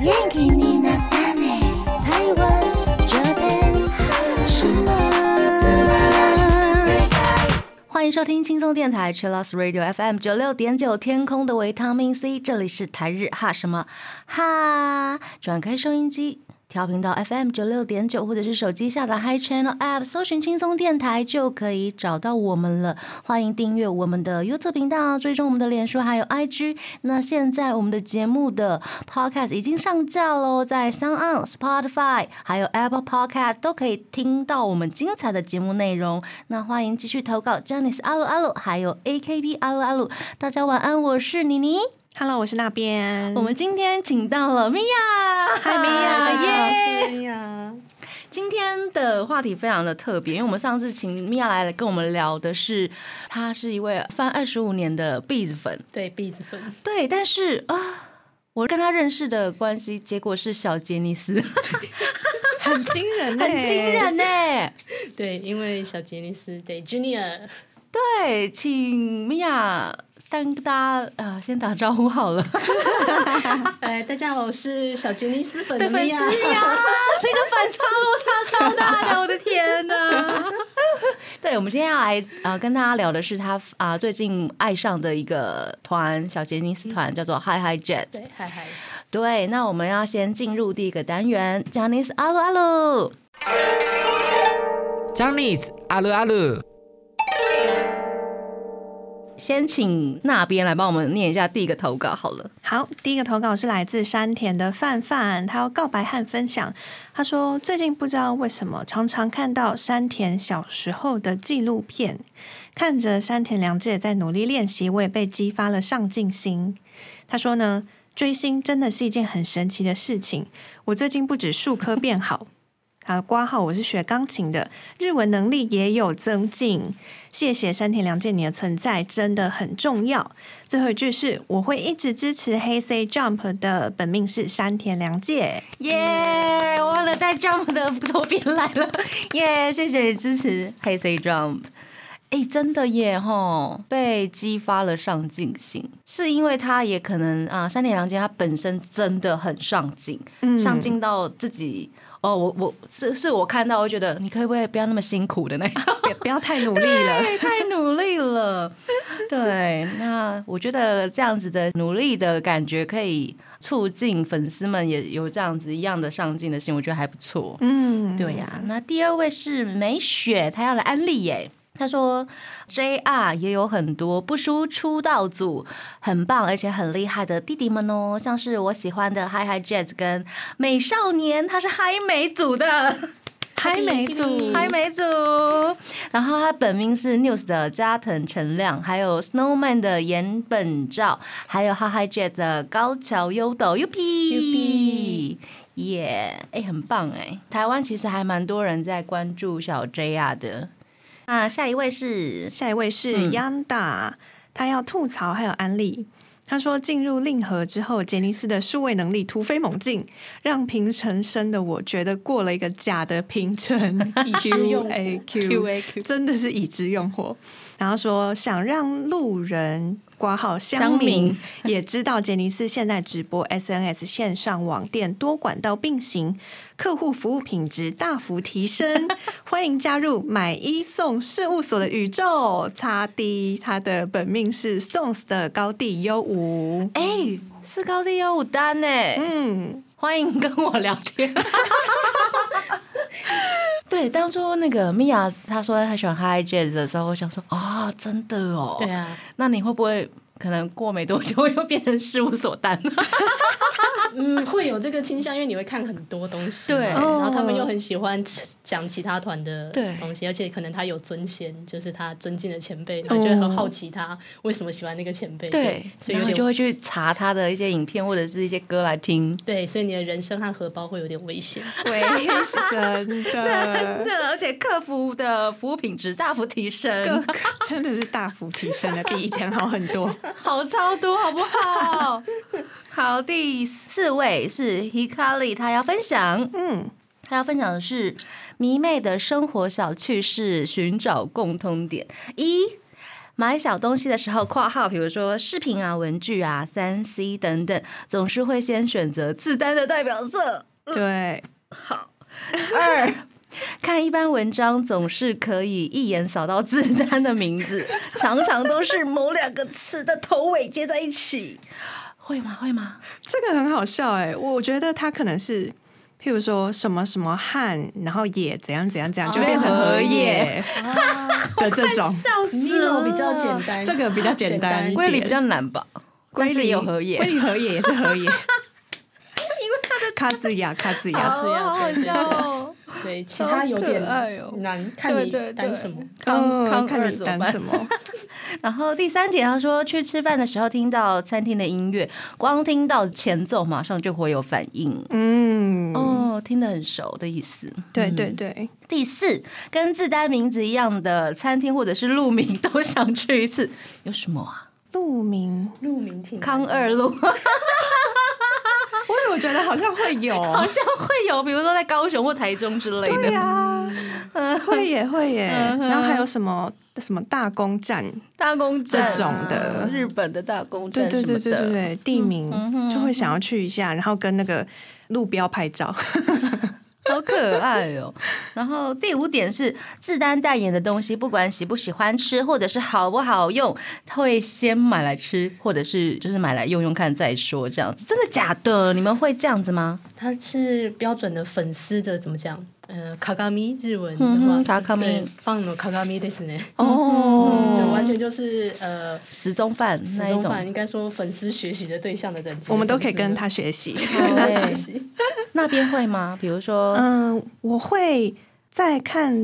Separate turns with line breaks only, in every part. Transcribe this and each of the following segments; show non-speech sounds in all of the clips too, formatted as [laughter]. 元気になったね台湾这边什么
欢迎收听轻松电台 Chillus Radio FM 九六点九天空的维他命 C，这里是台日哈什么哈，转开收音机。调频道 FM 九六点九，或者是手机下载 Hi Channel App，搜寻轻松电台就可以找到我们了。欢迎订阅我们的 YouTube 频道，追踪我们的脸书还有 IG。那现在我们的节目的 Podcast 已经上架喽，在 Sound On、Spotify 还有 Apple Podcast 都可以听到我们精彩的节目内容。那欢迎继续投稿 j a n i c e 阿鲁阿鲁，还有 AKB 阿鲁阿鲁。大家晚安，我是妮妮。
Hello，我是那边。
我们今天请到了米娅，[laughs]
嗨，米娅，大
耶
家好，我是米娅。
今天的话题非常的特别，因为我们上次请米娅来跟我们聊的是，她是一位翻二十五年的 Bees 粉，
对， [laughs] 篦子粉，
对，但是啊、我跟她认识的关系结果是小杰尼斯，
很惊人、欸，
很惊。人呢、
对，因为小杰尼斯对 Junior，
对，请米娅。跟大家呃，先打招呼好了。
呃，大家好，我是小杰尼斯粉
对
的
粉丝
米
呀，
娅
那。个反差落差超大的，我的天哪！ [laughs] 对，我们今天要来呃跟大家聊的是他啊、呃最近爱上的一个团小杰尼斯团，叫做 Hi Hi Jet。
对，嗨嗨，
对，那我们要先进入第一个单元 j a n i c e 阿鲁阿鲁。
j a n i c e 阿鲁阿鲁，
先请那边来帮我们念一下第一个投稿好了。
好，第一个投稿是来自山田的范范，他要告白和分享。他说，最近不知道为什么常常看到山田小时候的纪录片，看着山田凉介在努力练习，我也被激发了上进心。他说呢，追星真的是一件很神奇的事情。我最近不止数科变好， [laughs] 啊，挂号我是学钢琴的，日文能力也有增进。谢谢山田凉介，你的存在真的很重要。最后一句是我会一直支持黑 C Jump 的本命是山田凉介。
耶、我忘了带 Jump 的周边来了， [laughs] 耶、谢谢你支持黑 C Jump。哎、真的耶吼，被激发了上进心，是因为他也可能啊，山田凉介他本身真的很上进，
嗯
上进到自己哦，我我是是我看到，我觉得你可不可以不要那么辛苦的那一种。
别不要太努力
[laughs]
了。
对，太努力了。对，那我觉得这样子的努力的感觉，可以促进粉丝们也有这样子一样的上进的心，我觉得还不错。
嗯，
对呀、那第二位是美雪，她要来安利耶。她说，JR 也有很多不输出道组，很棒而且很厉害的弟弟们哦，像是我喜欢的 Hi Hi Jazz 跟美少年，他是嗨美组的。
嗨美组
嗯，
嗨美组，然后他本名是 News 的加藤成亮，还有 Snowman 的岩本照，还有哈嗨 Jet 的高桥优斗，UP，
Yupi
耶，哎，很棒哎、台湾其实还蛮多人在关注小 JR 的。啊，下一位是
下一位是
嗯
Yanda，、他要吐槽还有安利。他说，进入令和之后，杰尼斯的数位能力突飞猛进，让平成生的我觉得过了一个假的平成
以之
Q
用火
A
Q
Q。
A Q
[laughs] 真的是已知用火。然后说想让路人挂号乡
乡
民
民
[laughs] 也知道杰尼斯现在直播 SNS 线上网店多管道并行，客户服务品质大幅提 [laughs] 升。欢迎加入买一送事务所的宇宙。擦 D，他的本命是 Stones 的高地优吾。 [laughs]
哎、是高地幺五单呢、
嗯，
欢迎跟我聊天。 [laughs] 对，当初那个米娅她说她喜欢 Hi Jazz 的时候，我想说啊、真的哦。
对啊，
那你会不会可能过没多久又变成事务所单？
嗯，会有这个倾向，因为你会看很多东西，
对
然后他们
哦
又很喜欢吃讲其他团的
对
东西，而且可能他有尊先，就是他尊敬的前辈，然后就会很好奇他为什么喜欢那个前辈，所以
然
有
后就
点。
会去查他的一些影片或者是一些歌来
[laughs]
听。
对，所以你的人生和荷包会有点危险。
喂，是 [laughs] 真的，
对，而且客服的服务品质大幅提升，
各 [laughs] 真的是大幅提升了，比以前好很多。
好超多，好不好？好，第四位是 Hikari，他要分享。
嗯。
他要分享的是迷妹的生活小趣事，寻找共通点。一买小东西的时候，括号比如说饰品啊、文具啊、三 C 等等，总是会先选择自带的代表色。
对，
好，二。看一般文章总是可以一眼扫到字单的名字，常常都是某两个词的头尾接在一起，会吗？会吗？
这个很好笑哎、我觉得它可能是，譬如说什么什么汉，然后也怎样怎样
哦
怎样，就变成荷叶 [laughs] 的这种。
笑死你
啊
怎么比较简单？
这个比较简单
简
龟梨
比较难吧？[laughs]
龟
但是
梨
也有荷叶
龟梨荷叶也
[laughs]
是荷叶，因为它的卡子雅卡子雅，
这样
哦好好笑哦！
对，其他有点
好可爱哦
难，看
对
你
对对
担什么。
康
嗯
康
看
二
你
怎么
当
办
什么。
[laughs] 然后第三点，他说去吃饭的时候听到餐厅的音乐，光听到前奏马上就会有反应。
嗯，
哦，听得很熟的意思。
对
嗯
对对，
第四，跟自带名字一样的餐厅或者是路名都想去一次，有什么啊？
路名，
路名
嗯
挺难
康二路好
我怎么觉得好像会
[laughs]
有？
像会有，比如说在高雄或台中之类
对
的。
呀、会耶会耶。
嗯
然后还有什么什么大公站？
大公站啊
这种的
日本的大公
对
站
对
什么
对对对
的。嗯
对，地名就会想要去一下，然后跟那个路标拍照。
好可爱哦！然后第五点是自单代言的东西，不管喜不喜欢吃，或者是好不好用，会先买来吃，或者是就是买来用用看再说，这样子。真的假的？你们会这样子吗？
他是标准的粉丝的，怎么讲？呃，卡卡米日文的
嗯
话
哼，卡卡米
对放了卡卡米ですね，就
哦，
完全就是呃，
十宗饭
始
那一
终
种
版应该说粉丝学习的对象的等级，
我们都可以跟他学习。
跟他
对
[laughs]
学习。
哦那边会吗？比如说，
嗯，我会在看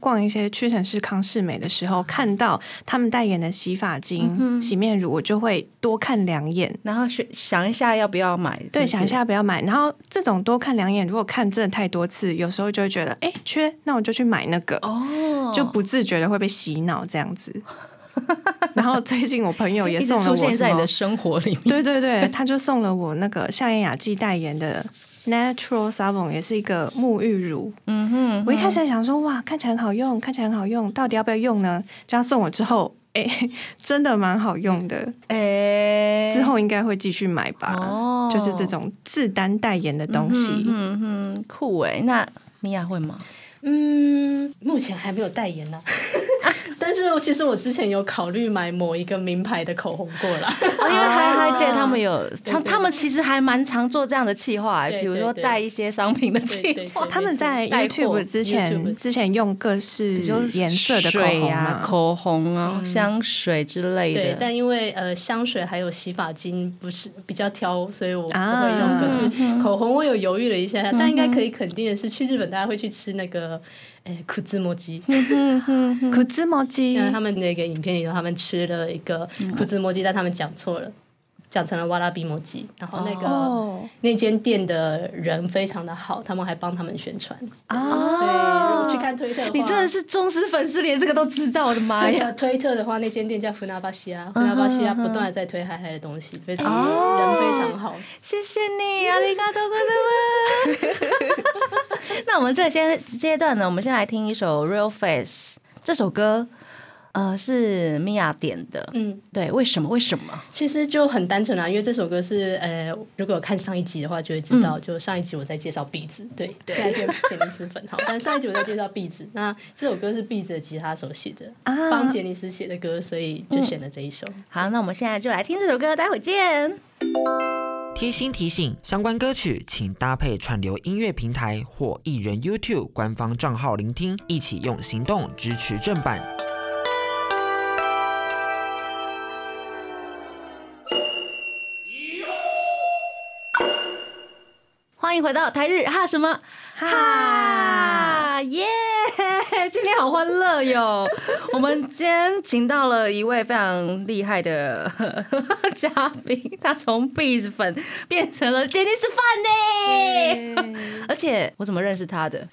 逛一些屈臣氏、康士美的时候，看到他们代言的洗发精、洗面乳，我就会多看两眼。
然后去想一下要不要买，
对，
是不
想
是
一，下要不要买。然后这种多看两眼，如果看真的太多次，有时候就会觉得，哎、缺，那我就去买那个，
哦，
就不自觉的会被洗脑这样 [laughs] 子。然后最近我朋友也
一直
送了
出
我
现在
什
你
么
的生活里
[laughs]
面。
对对对，他就送了我那个夏妍雅纪代言的 Natural Savon，也是一个沐浴乳。
嗯哼，
我一开始还想说，哇，看起来很好用，看起来很好用，到底要不要用呢？就他送我之后， [laughs] 哎、真的蛮好用的，
诶、
之后应该会继续买吧。
哎哦
就是这种自单代言的东西，
嗯哼，酷诶、那米娅会吗？
嗯，目前还没有代言呢、 [laughs] 但是我其实我之前有考虑买某一个名牌的口红过啦。
哦因为嗨
哦
嗨姐他们有，他他们其实还蛮常做这样的企划、
对对
比如说
对
带一些商品的
对对
企划，
对
他们在
带货
YouTube 之前
YouTube
之前用各式颜色的口
水
红
啊、
嘛，
口红啊、香水之类
嗯对，
的。
但因为呃香水还有洗发精不是比较挑，所以我不会用。
啊
可
嗯
是口红我有犹豫了一下下，但应该可以肯定的是，去日本大家会去吃那个诶苦兹摩鸡。
嗯
可芝麻鸡
[laughs] 那他们那个影片里头，他们吃了一个
嗯
苦兹摩鸡，但他们讲错了，讲成了哇拉比摩鸡。然后那个、
哦
那间店的人非常的好，他们还帮他们宣传。
啊，
对，如果去看推特的话，
你真的是忠实粉丝，连这个都知道，我的妈
那
哎呀！嗯
[laughs] 个推特的话，那间店叫福纳巴西啊亚，福纳巴西亚不断的在推嗨嗨的东西，非常、
哦
人非常好。
谢谢你，阿里嘎多哥哥们。 [laughs] 那我们这些阶段呢，我们先来听一首《Real Face》这首歌，呃，是米娅点的。
嗯，
对，为什么？为什么？
其实就很单纯啊，因为这首歌是呃，如果有看上一集的话，就会知
嗯
道，就上一集我在介绍壁纸，对，现在变杰尼斯粉
[laughs]
好，但上一集我在介绍壁纸，那这首歌是壁纸的吉他手写的，
啊
帮杰尼斯写的歌，所以就选了这一首。
好，那我们现在就来听这首歌，待会见。
贴心提醒：相关歌曲请搭配串流音乐平台或艺人 YouTube 官方账号聆听，一起用行动支持正版。
欢迎回到台日哈什么哈耶！今天好欢乐哟！我们今天请到了一位非常厉害的嘉宾，他从 Bees 粉变成了杰尼斯 [laughs] 饭呢。而且我怎么认识他的？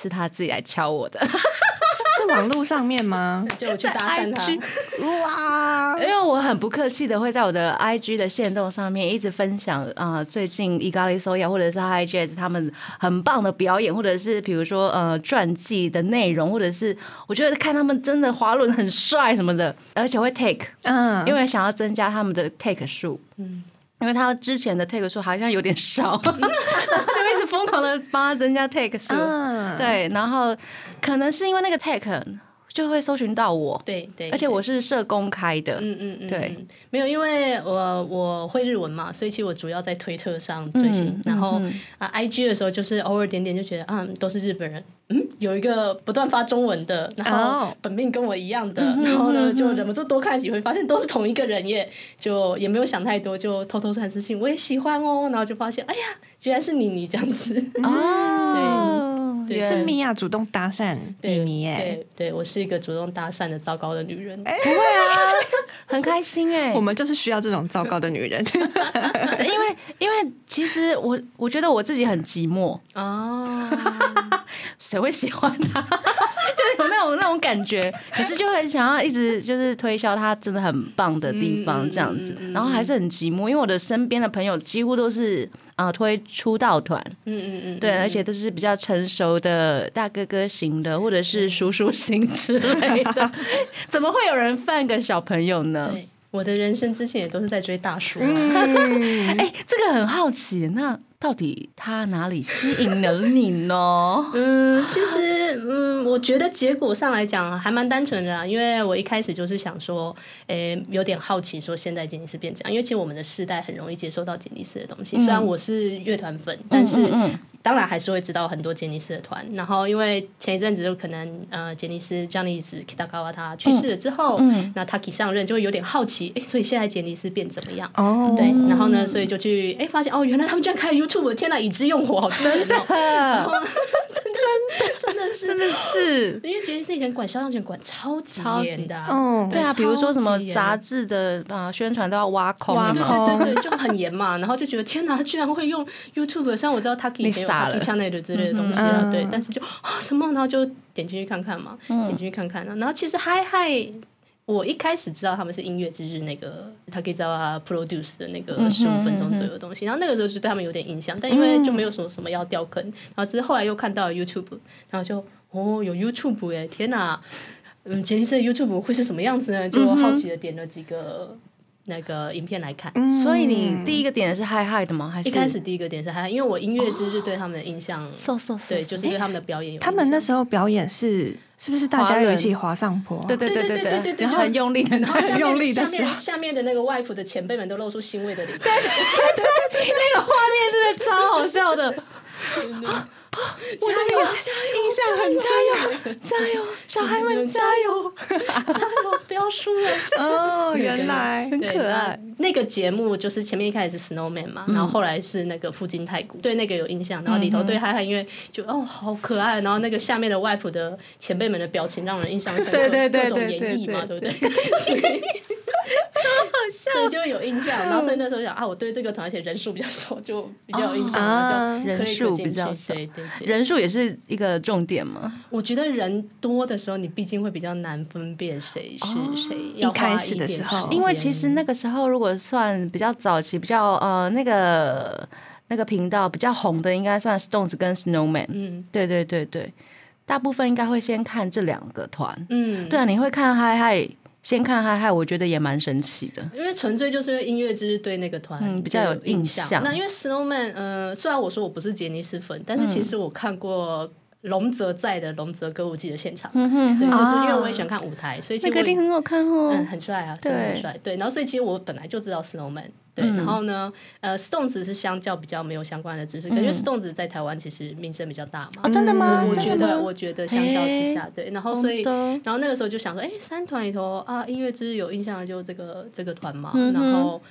是他自己来敲我的，
是网络上面吗？
[laughs]
就我去搭讪他，
哇，
因为我很不客气的会在我的 IG 的线动上面一直分享啊、呃最近伊咖喱 Soya 或者是 Hi Jazz 他们很棒的表演，或者是比如说呃传记的内容，或者是我觉得看他们真的滑轮很帅什么的，而且会 take，
嗯，
因为想要增加他们的 take 数，
啊嗯，
因为他之前的 take 数好像有点
[laughs]
少，就一直疯狂的帮他增加 take 数，
嗯，
对，然后可能是因为那个 take 就会搜寻到我，
对对，
而且
对
我是社公开的，
嗯嗯嗯，
对
嗯，没有，因为我我会日文嘛，所以其实我主要在推特上追星，
嗯
然后、
嗯
啊，IG 的时候就是偶尔点点就觉得，嗯，都是日本人，嗯，有一个不断发中文的，然后
哦
本命跟我一样的，
嗯
然后呢就忍不住多看几回，发现都是同一个人耶，就也没有想太多，就偷偷传私信，我也喜欢哦，然后就发现，哎呀，居然是妮妮这样子，
哦，
对
原
对
是米娅主动搭讪
[laughs] 对
妮妮耶，
对对，我是一个主动搭讪的糟糕的女人，
很开心哎、
我们就是需要这种糟糕的女
[laughs]
人。
[laughs] 因为因为其实我我觉得我自己很寂寞，
哦，
谁会喜欢他？ [laughs] 就是有那种那种感觉，可是就很想要一直就是推销他真的很棒的地方这样子，
嗯
然后还是很寂寞，因为我的身边的朋友几乎都是啊、呃推出道团，
嗯嗯嗯，
对，
嗯
而且都是比较成熟的大哥哥型的，或者
嗯
是叔叔型之类的， [laughs] 怎么会有人犯个小朋友呢？
对，我的人生之前也都是在追大叔、啊。
哎、这个很好奇，那到底他哪里吸引了你呢？
[laughs] 嗯，其实嗯，我觉得结果上来讲还蛮单纯的啊，因为我一开始就是想说，诶、有点好奇说现在杰尼斯变这样，因为其实我们的世代很容易接受到杰尼斯的东西，虽然我是乐团粉，但是。
嗯
当然还是会知道很多杰尼斯的团，然后因为前一阵子就可能呃杰尼斯 j o h n n y Kitagawa 他去世了之后，那 Taki 上任就会有点好奇，诶，所以现在杰尼斯变怎么样？
哦，
对，然后呢，所以就去哎、发现哦，原来他们居然开了 YouTube，天哪，已知用火，好惊人哦！真的
[laughs]
是，
真的是。
因为杰尼斯以前管肖像权管超级
超级
严的、啊，
嗯，
对啊，比如说什么
超级严
杂志的啊宣传都要挖空，
挖
有没有
空
对对对，就很严嘛。然后就觉得天哪，他居然会用 YouTube，虽然我知道 Taki
你
以前有
傻了
Taki Channel 的之类的东西了，
嗯
对，但是就啊什么，然后就点进去看看嘛，点进去看看啊。然后其实嗨嗨，我一开始知道他们是音乐之日那个 Taki Zawa Produce 的那个十五分钟左右的东西，然后那个时候就对他们有点印象，但因为就没有什么什么要掉坑，然后只是后来又看到了 YouTube，然后就哦有 YouTube 哎，天哪！嗯，杰尼斯的 YouTube 会是什么样子
嗯
呢？就好奇的点了几个那个影片来看。
嗯
所以你第一个点是嗨嗨的吗？还是
一开始第一个点是嗨，因为我音乐之日对他们的印象，
瘦瘦瘦？
对，就是对他们的表演有印
哦
象。
他们那时候表演是是不是大家有一起滑上坡？
对对对
对对对
对
对对
然后很用力的，然后
下面
用力
下
的时
面
候
下面的那个外婆的前辈们都露出欣慰的脸。
那个画面真的超好笑的，
加油，印象很深
加油，小孩们加油！
哦不要输了。
啊。哦，原来
很
对
可爱。
那那个节目就是前面一开始是 Snowman 嘛，然后后来是那个附近太古，对那个有印象。然后里头对嗨嗨，因为就哦好可爱，然后那个下面的外婆的前辈们的表情让人印象深刻，
对对对
各种
对
演
对
绎嘛，
对
对不对？所以所以就会有印象，然后所以那时候想啊，我对这个团而且人数比较少，就比较有印象，
啊
然后就
人
可以
数
可进
比较
去
少
对对对。
人数也是一个重点嘛，
我觉得人多的时候，你毕竟会比较难分辨谁是谁。要
一开
花
始
一
的
点
时候
因为
哦间
其实那个时候如果算比较早期，比较呃那个那个频道比较红的，应该算 Stones 跟 Snowman。
嗯
对对对对，大部分应该会先看这两个团。
嗯，
对啊，你会看嗨嗨，先看嗨嗨，我觉得也蛮神奇的。
因为纯粹就是音乐之日对那个团、
嗯比较有印
印
象
那因为 Snowman，呃，虽然我说我不是杰尼斯粉，但
嗯
是其实我看过龙泽在的龙泽歌舞季的现场，
嗯哼
对，
哼，
就是因为我也喜欢看舞台，所以
那
其实
个
我
一定很好看哦。
嗯很帅啊，真的很
对嗯
帅。对，然后所以其实我本来就知道 Snowman。对，然后呢，呃，Stones 是相较比较没有相关的知
嗯
识，感觉 Stones 在台湾其实名声比较大嘛。
哦，真的吗？
嗯我
真的
觉得，
吗哎
我觉得相较之下，对，然后所以，
好的
然后那个时候就想说，哎，三团里头啊，音乐之日有印象的就这个这个团嘛，
嗯哼
然后。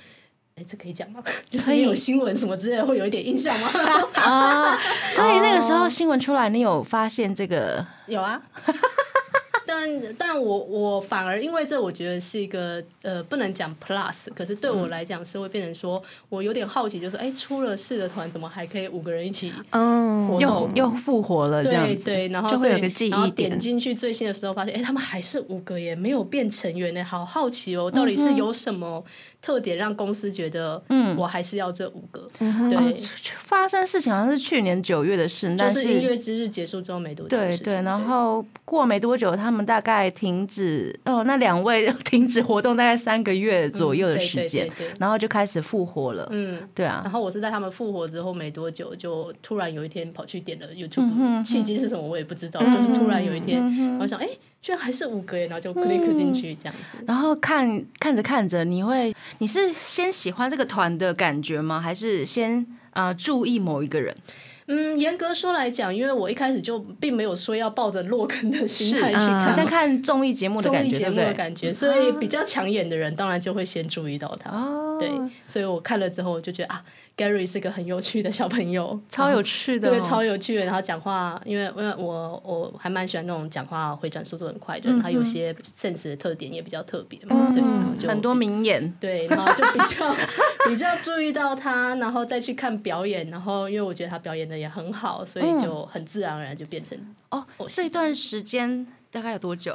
哎，这可以讲吗？ [laughs] 就是
以
你有新闻什么之类的，会有一点印象吗？ [laughs]
哦
哦
啊，所以那个时候新闻出来，你有发现这个
有啊，对 [laughs] 但但我我反而因为这，我觉得是一个呃，不能讲 plus，可是对
嗯
我来讲是会变成说，我有点好奇，就是哎，出了事的团怎么还可以五个人一起？
嗯
活
又
动
又复活了这样
对
子，
对，然后
就会有
所以
个记忆
然后
点
点进去最新的时候，发现哎，他们还是五个耶，没有变成员呢，好好奇哦，到底是有什么特点让公司觉得，
嗯哦
我还是要这五个？
哼
对，
发生事情好像是去年九月的事，
就
但
是音乐之日结束之后没多久的
对
事情，
对，然后过没多久，他们大概停止哦，那两位 [laughs] 停止活动大概三个月左右的时间，
嗯对对对对
然后就开始复活了。
嗯。
对
然
啊，
后我是在他们复活之后没多久，就突然有一天跑去
嗯
点了 YouTube，、契机是什么我也不知道，就是突然有一
嗯
天，我想哎、诶居然还是五个耶，然后就 click 进去这样子。
然后看看着看着，你会你是先喜欢这个团的感觉吗？还是先呃注意某一个人？
嗯，严格说来讲，因为我一开始就并没有说要抱着落坑的心态去
嗯
好
看
像看综艺节目的
综
感
艺
觉，
节
对不
目的
对？
感觉，所以比较抢眼的人当然就会先注意到他。
哦，
对，所以我看了之后我就觉得啊，Gary 是个很有趣的小朋友，
超有趣的、哦，
嗯对，超有趣的。然后讲话，因为因为我我还蛮喜欢那种讲话回转速度很快的人，他有些 sense 的特点也比较特别嘛，对，然后就
嗯很多名言。
对，然后就比
[laughs]
较比较注意到他，然后再去看表演，然后因为我觉得他表演的也很好，所以就
嗯
很自然而然就变成
哦，
我
这一段时间大概有多久？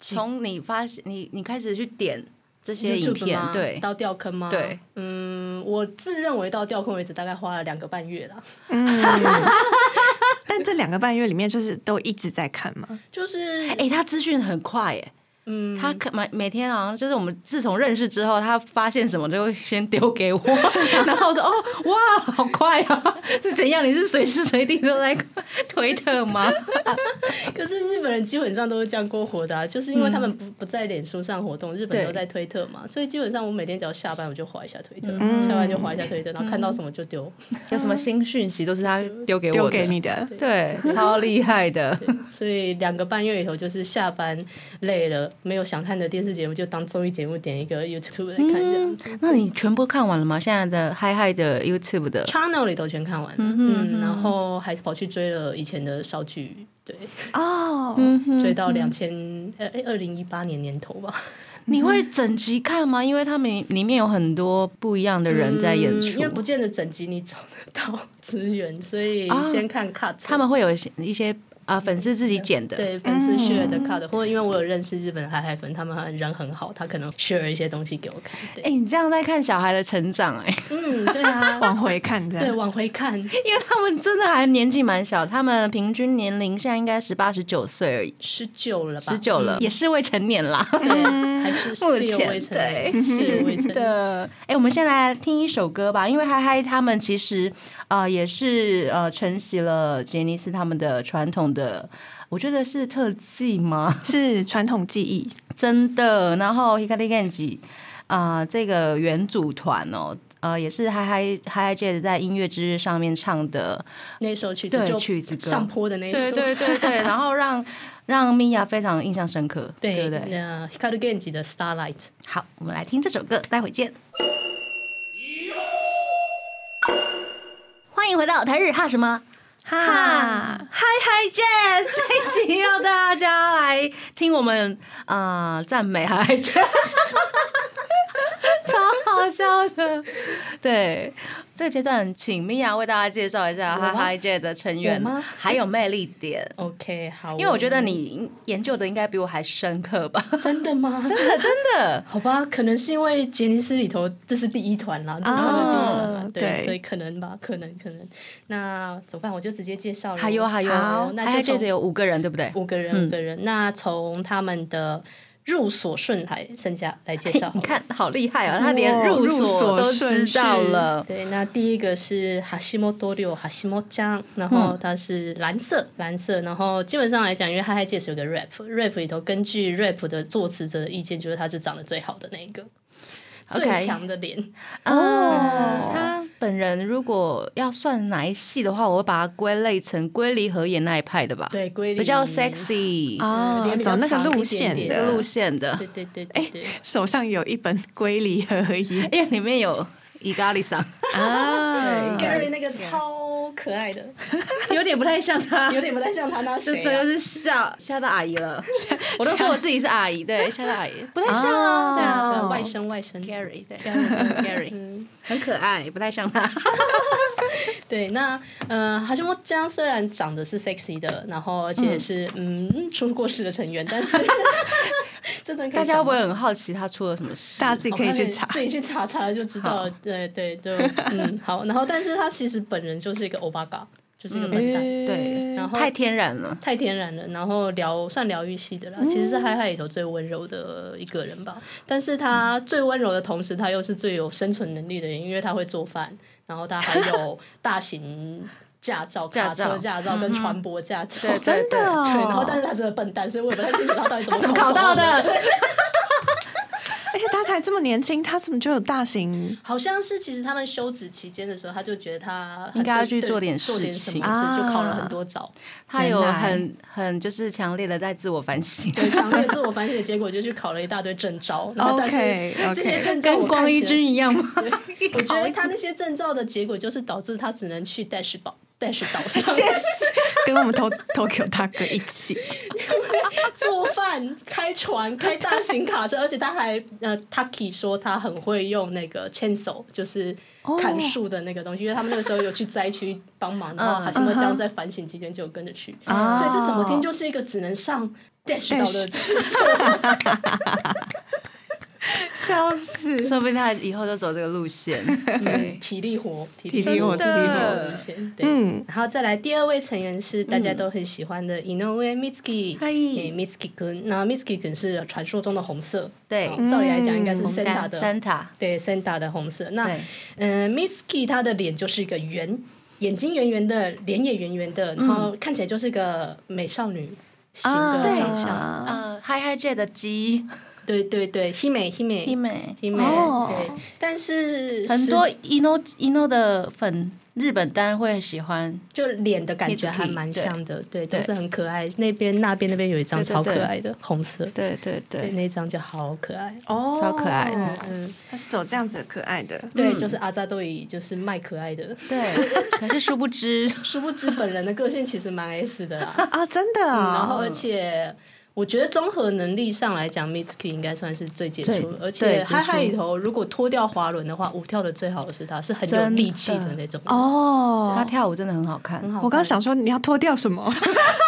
几
从你发现你你开始去点这些影
YouTube
片
吗，？
对，
到掉坑吗？
对，
嗯，我自认为到掉坑为止大概花了两个半月啦，
但这两个半月里面，就是都一直在看嘛。
就是
哎、他资讯很快耶。嗯，他可每每天好像就是我们自从认识之后，他发现什么就会先丢给 [laughs] 我，然后我说哦哇，好快啊！ [laughs] 是怎样？你是随时随地都在推特吗？
可是日本人基本上都是这样过活的、啊，就是因为他们不不在脸书上活动，日
嗯
本
对
都在推特嘛，所以基本上我每天只要下班我就划一下推特，
嗯
下班就划一下推特，然后看到什么就丢。
[laughs] 有什么新讯息都是他丢给
丢
我
给
的，
你的，
对， [laughs] 超厉害 [laughs] 的。
所以两个半月以后，就是下班累了，没有想看的电视节目，就当综艺节目点一个 YouTube 来看这样子。
那你全部看完了吗？现在的嗨嗨的 YouTube 的
Channel 里头全看完了，嗯然后还跑去追了以前的少剧，对， [laughs]
哦，
追到两千呃二零一八年年头吧。
你会整集看吗？因为他们里面有很多不一样的人在演
嗯
出，
因为不见得整集你找得到资源，所以
啊
先看 cut、
他们会有一些一些啊、粉丝自己剪的，
对粉丝 share 的 cut，、或者因为我有认识日本的海海粉，他们很人很好，他可能 share 一些东西给我看。对，
哎、你这样在看小孩的成长、哎，
嗯，对啊，
往回看这
对
样。
往回看
因 [laughs] 为他们真的还年纪蛮小，他们平均年龄现在应该十八十九岁而已，
十九了吧，嗯
十九了、也是未成年啦。
对，还 [laughs] 是
嗯目
still
前
未成
对
年 [laughs] 是未成年。
[laughs] 的，哎、我们先来听一首歌吧，因为嗨嗨他们其实呃也是呃承袭了杰尼斯他们的传统的，我觉得是特技吗？
是传统技艺，
真的。然后 Hikari Genji 啊、呃这个原组团哦，呃，也是嗨嗨嗨嗨 J 在音乐之日上面唱的，
那首曲
对
子就
曲子歌
上坡的那一
对
首，
对对对， [laughs] 然后让让 Mia 非常印象深刻，对
对
不对？
那 Hikaru Genji 的 Starlight。
好，我们来听这首歌，待会见。欢迎回到台日哈什么？
哈，
嗨嗨 Jazz，这一集要大家来听我们啊赞、美嗨嗨 Jazz，超好笑的。对，这个阶段请米娅为大家介绍一下
我吗
嗨嗨 Jazz 的成员
我吗，
还有魅力点。
OK，好哦，
因为我觉得你研究的应该比我还深刻吧，
真的吗？真
[laughs] 真的。
好吧，可能是因为杰尼斯里头这是第一团
啊
啦，他们的第一团啦，对，
对
所以可能吧，可能可能。那怎么办？我就直接介
[laughs]
绍了。
还有还有
好，，
嗨
哦那
嗨
就
Jazz
从
有五个人对不对？
五个人，五个人。那从他们的入所顺来剩下来介绍。
你，看好厉害啊，他连
哇
入
入
所
所
都
顺
知道
序
了。
对，那第一个是哈西莫多六哈西莫江，然后它是蓝色，
嗯
蓝色。然后基本上来讲，因为嗨嗨界是有个 rap，rap 里头根据 rap 的作词者的意见，就是他是长得最好的那一个。最
OK
强的脸，
哦，他本人如果要算哪一系的话，我会把它归类成龟梨和也那一派的吧，
对，龟梨
比较 sexy
哦
啊脸比较
走那个
长一
路
点
线
点
这
的
个路线的，
对对对对对，
哎
手上有一本龟梨合一
因为里面有伊咖喱桑，
啊，
Gary 那个超超可爱的，
[laughs] [laughs] 有点不太像啊他，
有点不太像他那
就
谁
真
啊
的？是哦吓吓到阿姨 [laughs] 了。我都说我自己是阿姨，对，吓到阿姨， [laughs] 不太像啊，对啊，
对
哦
外甥外甥
Gary 对 Gary [laughs] 很可爱，不太像他。
对，那呃，哈西莫江虽然长得是 sexy 的，然后而且是嗯出过事的成员，但是这真的可以
大家会
讲
不
吗
会很好奇他出了什么事？
大家自己可以去查
哦。自己去查查了就知道了。对对对，嗯，好。然后，但是他其实本人就是一个欧巴嘎，就是一个笨蛋，
诶
对
然后
太天然了，
太天然了。然后疗算疗愈系
嗯
的啦，其实是嗨嗨里头最温柔的一个人吧。但是他最温柔的同时，他又是最有生存能力的人，因为他会做饭，然后他还有大型驾照、卡
驾照嗯
车驾照跟船舶驾照。
对
对，
对
真的
对
哦，
然后但是他是个笨蛋，所以我也不太清楚他
[laughs]
到底怎么
怎么考到
上
的？
而且哎他才这么年轻，他怎么就有大型？
好像是其实他们休止期间的时候，他就觉得他很
应该要
对
去
对
做点
做
事
点什么
情
啊
事，就考了很多招，
他有
原来
很很就是强烈的在自我反省，
对，强烈自我反省的结果就去考了一大堆证照。然后但是
OK，OK
这些证照
跟
我
光
看
一
起来
军一样吗？ [laughs]
我觉得他那些证照的结果就是导致他只能去 Dash
[laughs]
岛 Dash 岛上
跟我们 t o [laughs] Tokyo 大哥一起，
[laughs] 做饭、开船、开大型卡车，而且他还呃，Taki 说他很会用那个 chainsaw，就是砍树的那个东西，因为他们那个时候有去灾区帮忙，然
嗯
后
啊
哈西莫江在反省期间就有跟着去，所以这怎么听就是一个只能上 dash 到的
Dash 笑死！
[laughs] 说不定他以后就走这个路线。对，
[laughs] 体力活，体
体力活
体
体
力
力
活
活
路线。对，
嗯
然后再来第二位成员是大家都很喜欢的 Inoue Mitsuki，
嗨
诶，Mitsuki 君，那 Mitsuki 君是传说中的红色，
对
哦照理来讲应该是
红
Senta
丹
的
Santa，
对 Santa 的红色。那
对
嗯、呃、，Mitsuki 他的脸就是一个圆，眼睛圆圆的，脸也圆圆的，然后看起来就是个美少女型的
对
长相。
啊
呃，Hi Hi J 的 [laughs] 鸡
对对对，黑美黑美
一美，
黑美，
哦
对，但是
很多
实
ino ino 的粉日本单会喜欢，
就脸的感觉还
Mitsuki，
蛮像的，对，都
对
是很可爱。那边那边那边有一张
对对
超可
对
爱的红色，
对对嗯
对，
对，
那张就好可爱。
哦
超可爱的
嗯，
他是走这样子的可爱的，
对，就是阿扎多伊，就是卖可爱的。
对。可是殊不知，
殊不知本人的个性其实蛮 S 的啦，
[laughs]
啊，真的
然
啊、
后而且。我觉得综合能力上来讲，Mitsuki 应该算是最杰出的，
最对
而且
杰出
嗨嗨里头如果脱掉滑轮的话，舞跳的最好的是他，是很有
真的
力气的那种。，
[laughs] 他
哦，
跳舞真的很好看。
很好看。
我刚刚想说你要脱掉什么？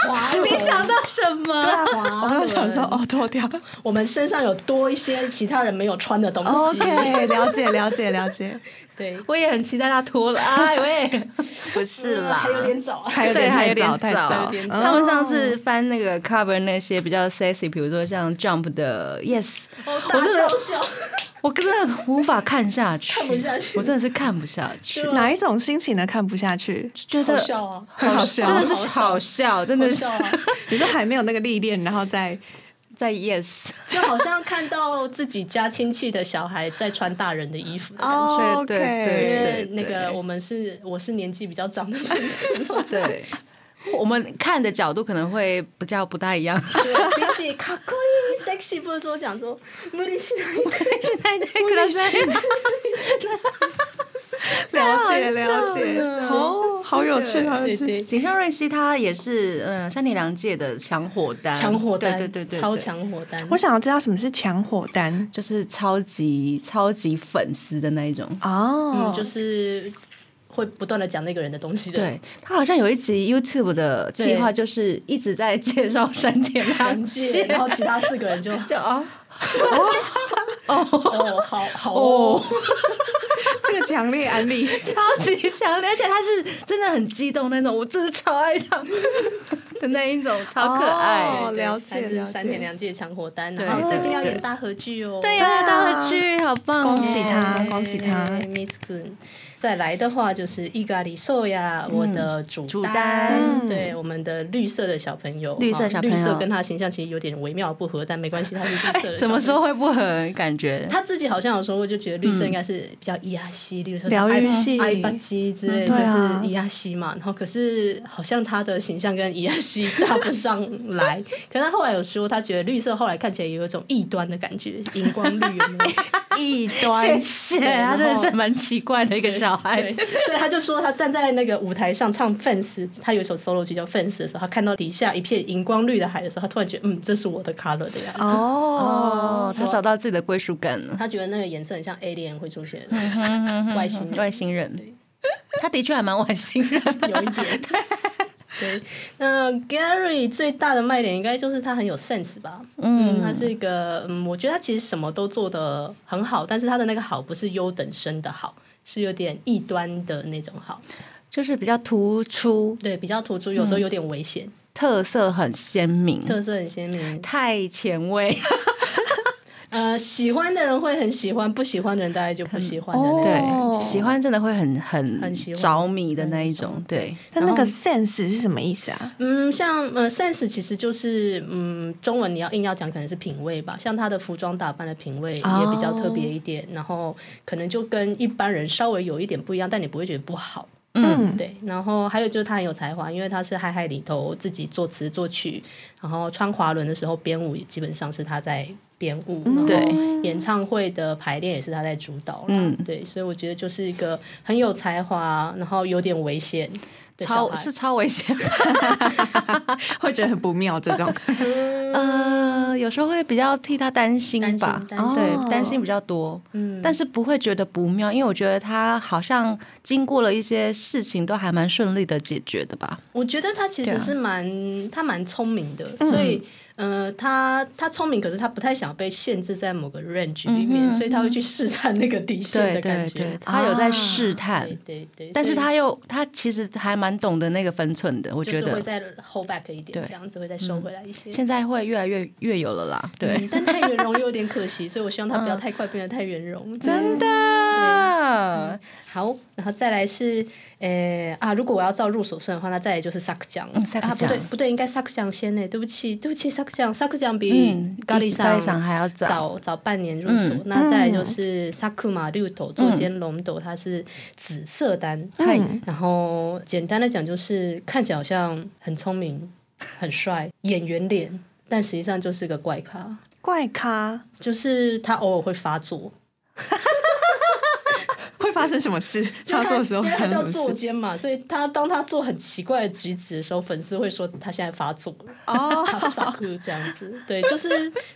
滑轮，你
想到什么？
滑
[laughs] 我刚刚想说
轮
哦，脱掉。
我们身上有多一些其他人没有穿的东
哦
哦
西。
OK，了解了解了解，
对，
我也很期待他脱 [laughs] 了。哎喂，不是
嗯
啦
还，有点早啊。
还有
对，
点
还有哦
太
点
早太早，
点
嗯
他们上次翻那个 cover 那些比较 sexy，比如说像 Jump 的 Yes，
我真的哦笑，
[laughs] 我真的无法看下去，
看不下去
我真的是看不下去，
就
哪一种心情呢？看不下去，
就觉 [laughs]
好
得
笑啊，
很好笑
真。的是好笑，真
好
的是
笑啊，
你说还没有那个历练，然后再
[laughs] 在
[laughs]
Yes，
[laughs] 就好像看到自己家亲戚的小孩在穿大人的衣服的
呃哦
感觉。
对
OK，
对对
因为那个我们是我是年纪比较长的粉丝，
[laughs] 对。我们看的角度可能会比较不太一
[laughs]
样，
对比起卡酷伊 sexy 不是说讲说無理しないで
现在那个在
了解了解，哦，好有趣，好有
对
趣。
对
井上瑞希，她也是嗯山田凉介的强火单，
强火单，
对对对对，对
超，强火单。
我想要知道什么是强火单
就是超级超级粉丝的那一种。
哦
嗯，，就是会不断的讲那个人的东西的。
对他好像有一集 YouTube 的计划，就是一直在介绍山田凉
很
介
贱，， [laughs] 然后其他四个人就
就 [laughs] 啊，
哦，好好哦，
这个强烈安
[laughs]
利，
超级强烈，而且他是真的很激动那种，我真的超爱他的那一种，超可爱。
哦了解
对
了解
三田凉介强火单，
对
然后最近
对
要演
对
大合剧哦。
对
对
呀，
啊
大合剧好棒哦，
恭喜他，恭喜他。
嗯
Miss Gun。再来的话就是伊咖喱寿呀，我的主
嗯主
单，
单
对我们的绿色的小朋友，
绿色
啊
小朋友
绿色跟他形象其实有点微妙不合，但没关系，他是绿色的。
[laughs] 怎么说？会不合？感觉
他自己好像有说过，就觉得绿色应该是比较伊亚
嗯
西，例如说
疗愈系
埃巴基之类，
嗯
就
对啊
是伊亚西嘛。然后可是好像他的形象跟伊亚西搭不上
[laughs]
来。可是他后来有说，他觉得绿色后来看起来有一种异端的感觉，荧光绿有没有？
异
谢
端
谢，
对然
他
后
真的是蛮奇怪的一个小孩
对。， [laughs] 所以他就说他站在那个舞台上唱《Fence》，他有一首 solo 曲叫《Fence》的时候，他看到底下一片荧光绿的海的时候，他突然觉得，嗯，这是我的 color 的样子。
哦，他找到自己的归属感了。
他觉得那个颜色很像 alien 会出现的东
嗯
西，外星
[laughs]
人
外星人，他的确还蛮外星人 [laughs] 的。
有一点。对，那 Gary 最大的卖点应该就是他很有 sense 吧？嗯，他是一个，嗯，我觉得他其实什么都做得很好，但是他的那个好不是优等生的好，是有点异端的那种好，
就是比较突出，
对，比较突出，有时候有点危险，
特色很鲜明，
特色很鲜明。
太前卫。
呃，喜欢的人会很喜欢，不喜欢的人大概就不喜欢的那
哦
种。
对，喜欢真的会很很
很喜欢
着迷的那一种。对，
但那个 sense 是什么意思啊？
嗯，像呃，sense 其实就是嗯，中文你要硬要讲，可能是品味吧。像他的服装打扮的品味也比较特别一点然后可能就跟一般人稍微有一点不一样，但你不会觉得不好。
嗯，
对，然后还有就是他很有才华，因为他是嗨嗨里头自己作词作曲，然后穿滑轮的时候编舞基本上是他在编舞，然后
嗯对
演唱会的排练也是他在主导，
嗯
嗯，对，所以我觉得就是一个很有才华，然后有点危险的小
超
孩
是超危险。
会觉得很不妙这种。
呃，有时候会比较替他担心
担心
吧，
担心
对，担
哦
心比较多。
嗯
但是不会觉得不妙，因为我觉得他好像经过了一些事情，都还蛮顺利的解决的吧。
我觉得他其
对啊嗯
实是蛮、他蛮聪明的，所以呃，他他聪明，可是他不太想被限制在某个 range 里面，
嗯
所以他会去试探那个底线
对
的感
对
觉。
对，他有在试探，
对对对
啊但是
所以
他又他其实还蛮懂得那个分寸的，我
就
觉
是
得
会再 hold back 一点
对，嗯
这样子会再收回来一些。
现在会越来越越有了啦。对，
嗯但太圆融又有点可惜，所以我希望他不要太快变得太圆融。
嗯真
嗯
的，
好，然后再来是，呃啊，如果我要照入手顺的话，那再来就是 s a k 酱、
嗯，萨克
啊，不
酱
对不对，应该 s a k 酱先呢，对不起对不起 s a k 酱 s a k 酱比
嗯
咖喱
比
上
咖喱上还要早嗯
早早半年入手。那再来就是 sakuma 绿豆座间龙斗，它是紫色单，
嗨
然后简单的讲就是看起来好像很聪明、很帅，演员脸，但实际上就是个怪咖，
[laughs] 怪咖
就是他偶尔会发作，
[laughs] 会发生什么事？发作的时候
因为
发
他
生什
叫
么
作
事？ [laughs]
奸嘛，所以他当他做很奇怪的举止的时候，粉丝会说他现在发作了，
哦，
他撒呼这样子。对，就是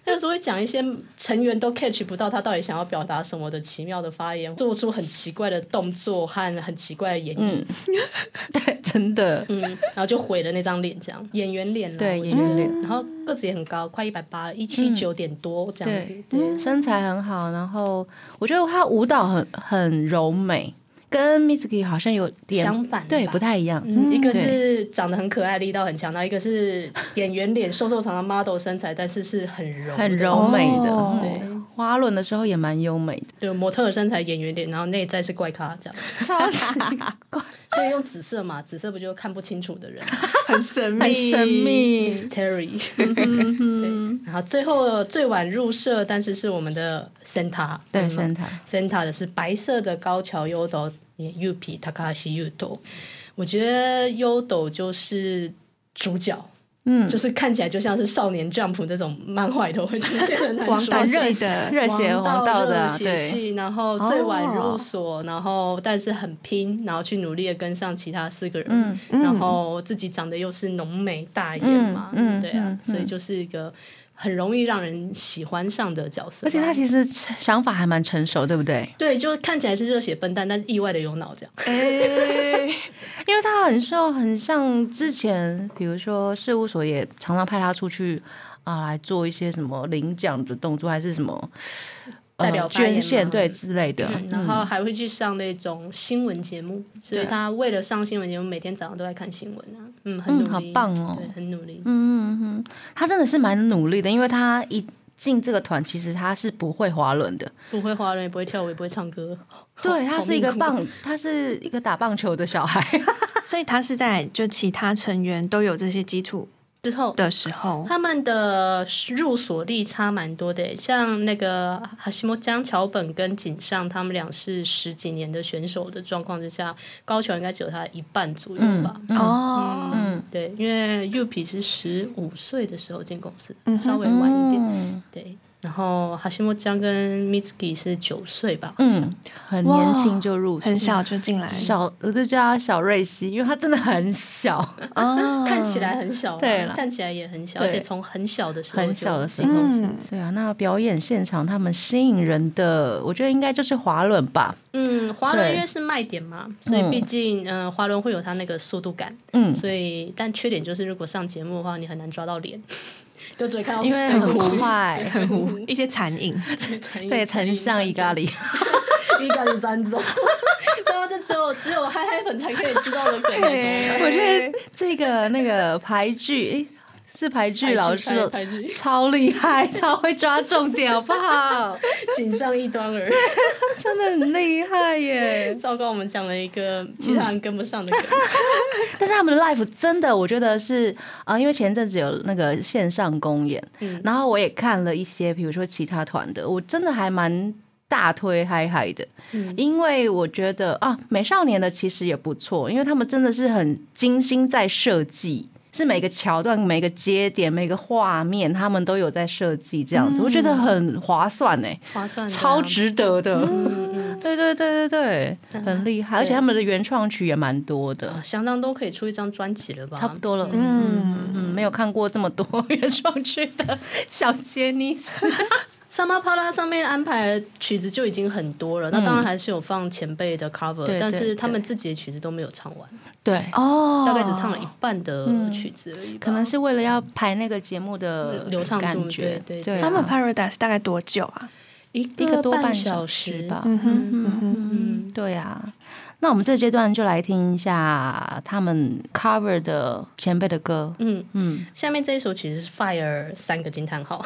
那个时候会讲一些成员都 catch 不到他到底想要表达什么的奇妙的发言，做出很奇怪的动作和很奇怪的言语，
[laughs] 对，真的，
嗯然后就毁了那张脸，这样演员脸啦啊
对
我
演
觉得
员脸
然后个子也很高，快一百八了，一七九点多这样子。
对嗯
对，
身材很好，然后我觉得他舞蹈很很柔美，跟 Mitsuki 好像有点
相反吧
对，不太一样。
嗯，一个是长得很可爱，力道很强大；一个是演员脸瘦瘦长长 model 身材，但是是很柔的
很柔美的，
哦
对，滑轮的时候也蛮优美的，
就模特的身材、演员脸，然后内在是怪咖这样。
超级
所以用紫色嘛，紫色不就看不清楚的人
很神秘，
[laughs] 很神。秘。 [laughs]
，mystery。对，
嗯
然后最后最晚入社，但是是我们的嗯 Senta，
对，身材
Senta 的是白色的高桥优斗，也 Yupi Takahashi 优斗。我觉得优斗就是主角，嗯，就是看起来就像是少年 Jump 这种漫画里头会出现的
[laughs]
男
王
主
道
角
系的
热血
王
王道的
热
啊，
血
对，哦
系，然后最晚入所，然后但是很拼，然后去努力的跟上其他四个人，
嗯
然后自己长得又是浓眉大眼嘛，
嗯嗯
对啊，
嗯嗯
所以就是一个很容易让人喜欢上的角色吧，
而且他其实想法还蛮成熟，对不对？
对，就看起来是热血笨蛋，但意外的有脑这样。
哎，
因为他很瘦，很像之前，比如说事务所也常常派他出去啊、来做一些什么领奖的动作，还是什么、呃
代表发言
捐献
吗
对之类的。
嗯然后还会去上那种新闻节目，所以他为了上新闻节目，每天早上都在看新闻啊，嗯，很努力，
嗯好棒哦
对，很努力，
嗯嗯嗯，他真的是蛮努力的，因为他一进这个团，其实他是不会滑轮的，
不会滑轮，也不会跳舞，也不会唱歌，
对他
好
是一个
命苦
棒，他是一个打棒球的小孩。
所以他是在就其他成员都有这些基础
之后
的时候，
他们的入所率差蛮多的耶，欸像那个哈西莫江桥本跟井上，他们俩是十几年的选手的状况之下，高桥应该只有他一半左右吧。
哦，
嗯，
对，因为 Yupi 是十五岁的时候进公司
嗯，哼
稍微晚一点。
嗯
对，然后哈西莫江跟 Mitsuki 是九岁吧，好像
嗯，很年轻就入学，
很小就进来，
小，我就叫他小瑞希，因为他真的很小，
哦
看起来很小啊，
嗯对啦
看起来也很小，
对
而且从很小的时候就
很小的时候。
嗯，
对啊，那表演现场他们吸引人的，我觉得应该就是滑轮吧。
嗯，滑轮
对
因为是卖点嘛，所以毕竟嗯，呃滑轮会有它那个速度感，
嗯，
所以但缺点就是如果上节目的话，你很难抓到
[laughs]
脸，就只会看到
因为很快，
一些残影，
对，曾像一咖，喱，
一咖喱沾走， [laughs] 这样就只有只有嗨嗨粉才可以知道的梗那种。
我觉得这个那个排剧。诶是排剧老师
排排排剧
超厉害，超会抓重点，好不好？
锦上一端而已。
真的很厉害耶！
糟糕，我们讲了一个其他人跟不上的梗。
嗯但是他们的 live 真的，我觉得是啊、呃因为前阵子有那个线上公演，
嗯
然后我也看了一些，比如说其他团的，我真的还蛮大推嗨嗨的，
嗯
因为我觉得啊，美少年的其实也不错，因为他们真的是很精心在设计。是每个桥段、每个节点、每个画面，他们都有在设计这样子，我觉得很划算哎、
划嗯算的啊嗯
超值得的。 [laughs] 对对对对对，很厉害，而且他们的原创曲也蛮多的
啊，，相当都可以出一张专辑了吧？
差不多了。嗯
嗯，
嗯，没有看过这么多 [laughs] 原创曲的小杰尼斯。
Summer p a l a 上面安排的曲子就已经很多了，那当然还是有放前辈的 cover，、
嗯对
但
对
是他们自己的曲子都没有唱完，
对，
哦，
大概只唱了一半的曲子而已吧、
可能是为了要排那个节目的
流畅度
感觉，
对对
啊
Summer Paradise 大概多久啊？
一
一个多半
小
时
时
吧。。
嗯哼，嗯哼，
嗯，对啊。那我们这阶段就来听一下他们 cover 的前辈的歌。
嗯，
嗯，
下面这一首曲子是 Fire 三个惊叹号。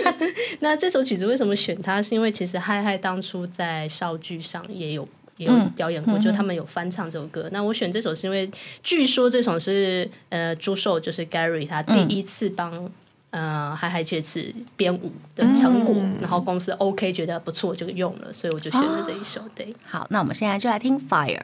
[laughs] 那这首曲子为什么选它？是因为其实嗨嗨当初在少剧上也有也有表演过，就他们有翻唱这首歌。那我选这首是因为据说这首是呃朱寿就是 Gary 他第一次帮、呃嗨嗨这次编舞的成果，然后公司 OK 觉得不错就用了，所以我就选了这一首。对。
好，那我们现在就来听 Fire。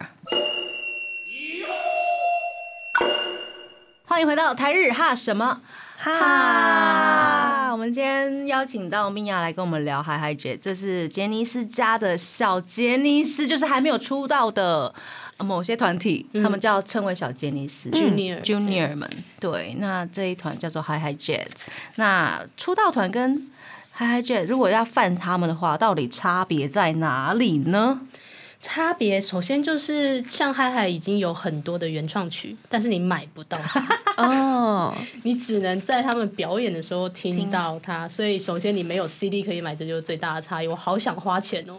欢迎回到台日哈什么
哈，
哈？我们今天邀请到米娅来跟我们聊嗨嗨姐，这是杰尼斯家的小杰尼斯，就是还没有出道的呃某些团体，他们叫称为小杰尼斯
Junior，
Junior 们。对，那这一团叫做嗨嗨 Jet。那出道团跟嗨嗨 Jet 如果要犯他们的话，到底差别在哪里呢？
差别首先就是像嗨嗨已经有很多的原创曲，但是你买不
[laughs]
到 [laughs] 它，
哦，
你只能在他们表演的时候听到它。所以首先你没有 CD 可以买，这就是最大的差异。我好想花钱
[laughs]
哦，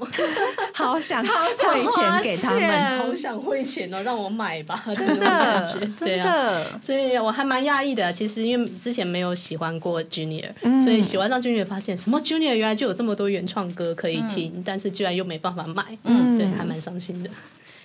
好想
想
汇钱给他
花钱
们，
好想汇钱哦，让我买吧，真
真 [laughs] 的，
对
真
啊。
的，
所以我还蛮讶异的，其实因为之前没有喜欢过 Junior，、所
嗯
以喜欢上 Junior 发现什么 Junior 原来就有这么多原创歌可
嗯
以听，但是居然又没办法买，嗯，对，还蛮伤心的。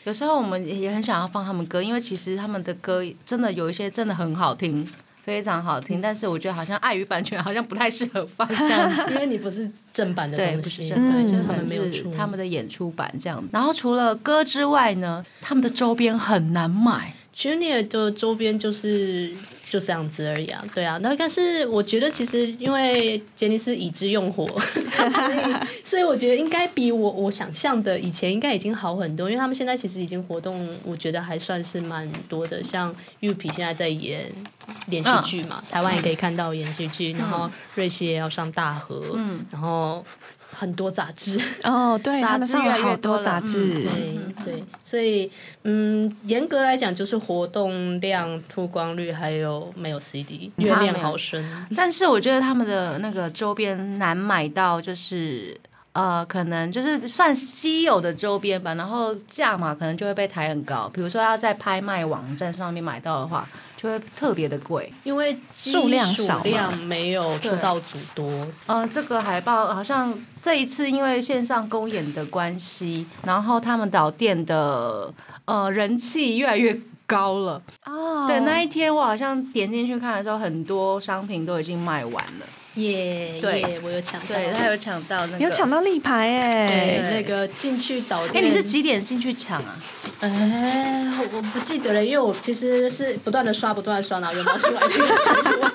有时候我们也很想要放他们歌，因为其实他们的歌真的有一些真的很好听，非常好听。但是我觉得好像碍于版权，好像不太适合放这样子。
因为你不是正版
[laughs]
的
对，
东
不嗯是
西，
正版，
对
就是
他
可
们
能
没有出
是他们的演出版这样。然后除了歌之外呢，他们的周边很难买。
Junior 的周边就是就这样子而已啊，对啊。那但是我觉得其实因为杰尼斯已知用火， [laughs] 所以所以我觉得应该比我我想象的以前应该已经好很多，因为他们现在其实已经活动，我觉得还算是蛮多的。像玉皮现在在演连续剧嘛，
啊
台湾也可以看到连续剧，然
嗯
后瑞希也要上大河，然后很多杂志。
哦，对
杂志
他们上了好多杂
越来
嗯
志，
对对，所以嗯，严格来讲就是活动量、曝光率还有没有 CD 月
差没有
亮好深，
但是我觉得他们的那个周边难买到，就是。呃，可能就是算稀有的周边吧，然后价码可能就会被抬很高。比如说要在拍卖网站上面买到的话，就会特别的贵。
因为基
数量少嘛
数量没有出道组多，
呃，这个海报好像这一次因为线上公演的关系，然后他们导电的呃人气越来越高了。
哦，
对，那一天我好像点进去看的时候，很多商品都已经卖完了。
耶
对
耶，我有抢到，
对他有抢到那个，
有抢到立牌哎、
对
对
那个进去导
哎，
电，
你是几点进去抢啊？
哎，我不记得了，因为我其实是不断的刷，不断的刷，然后又冒出来那个结
[laughs]
果。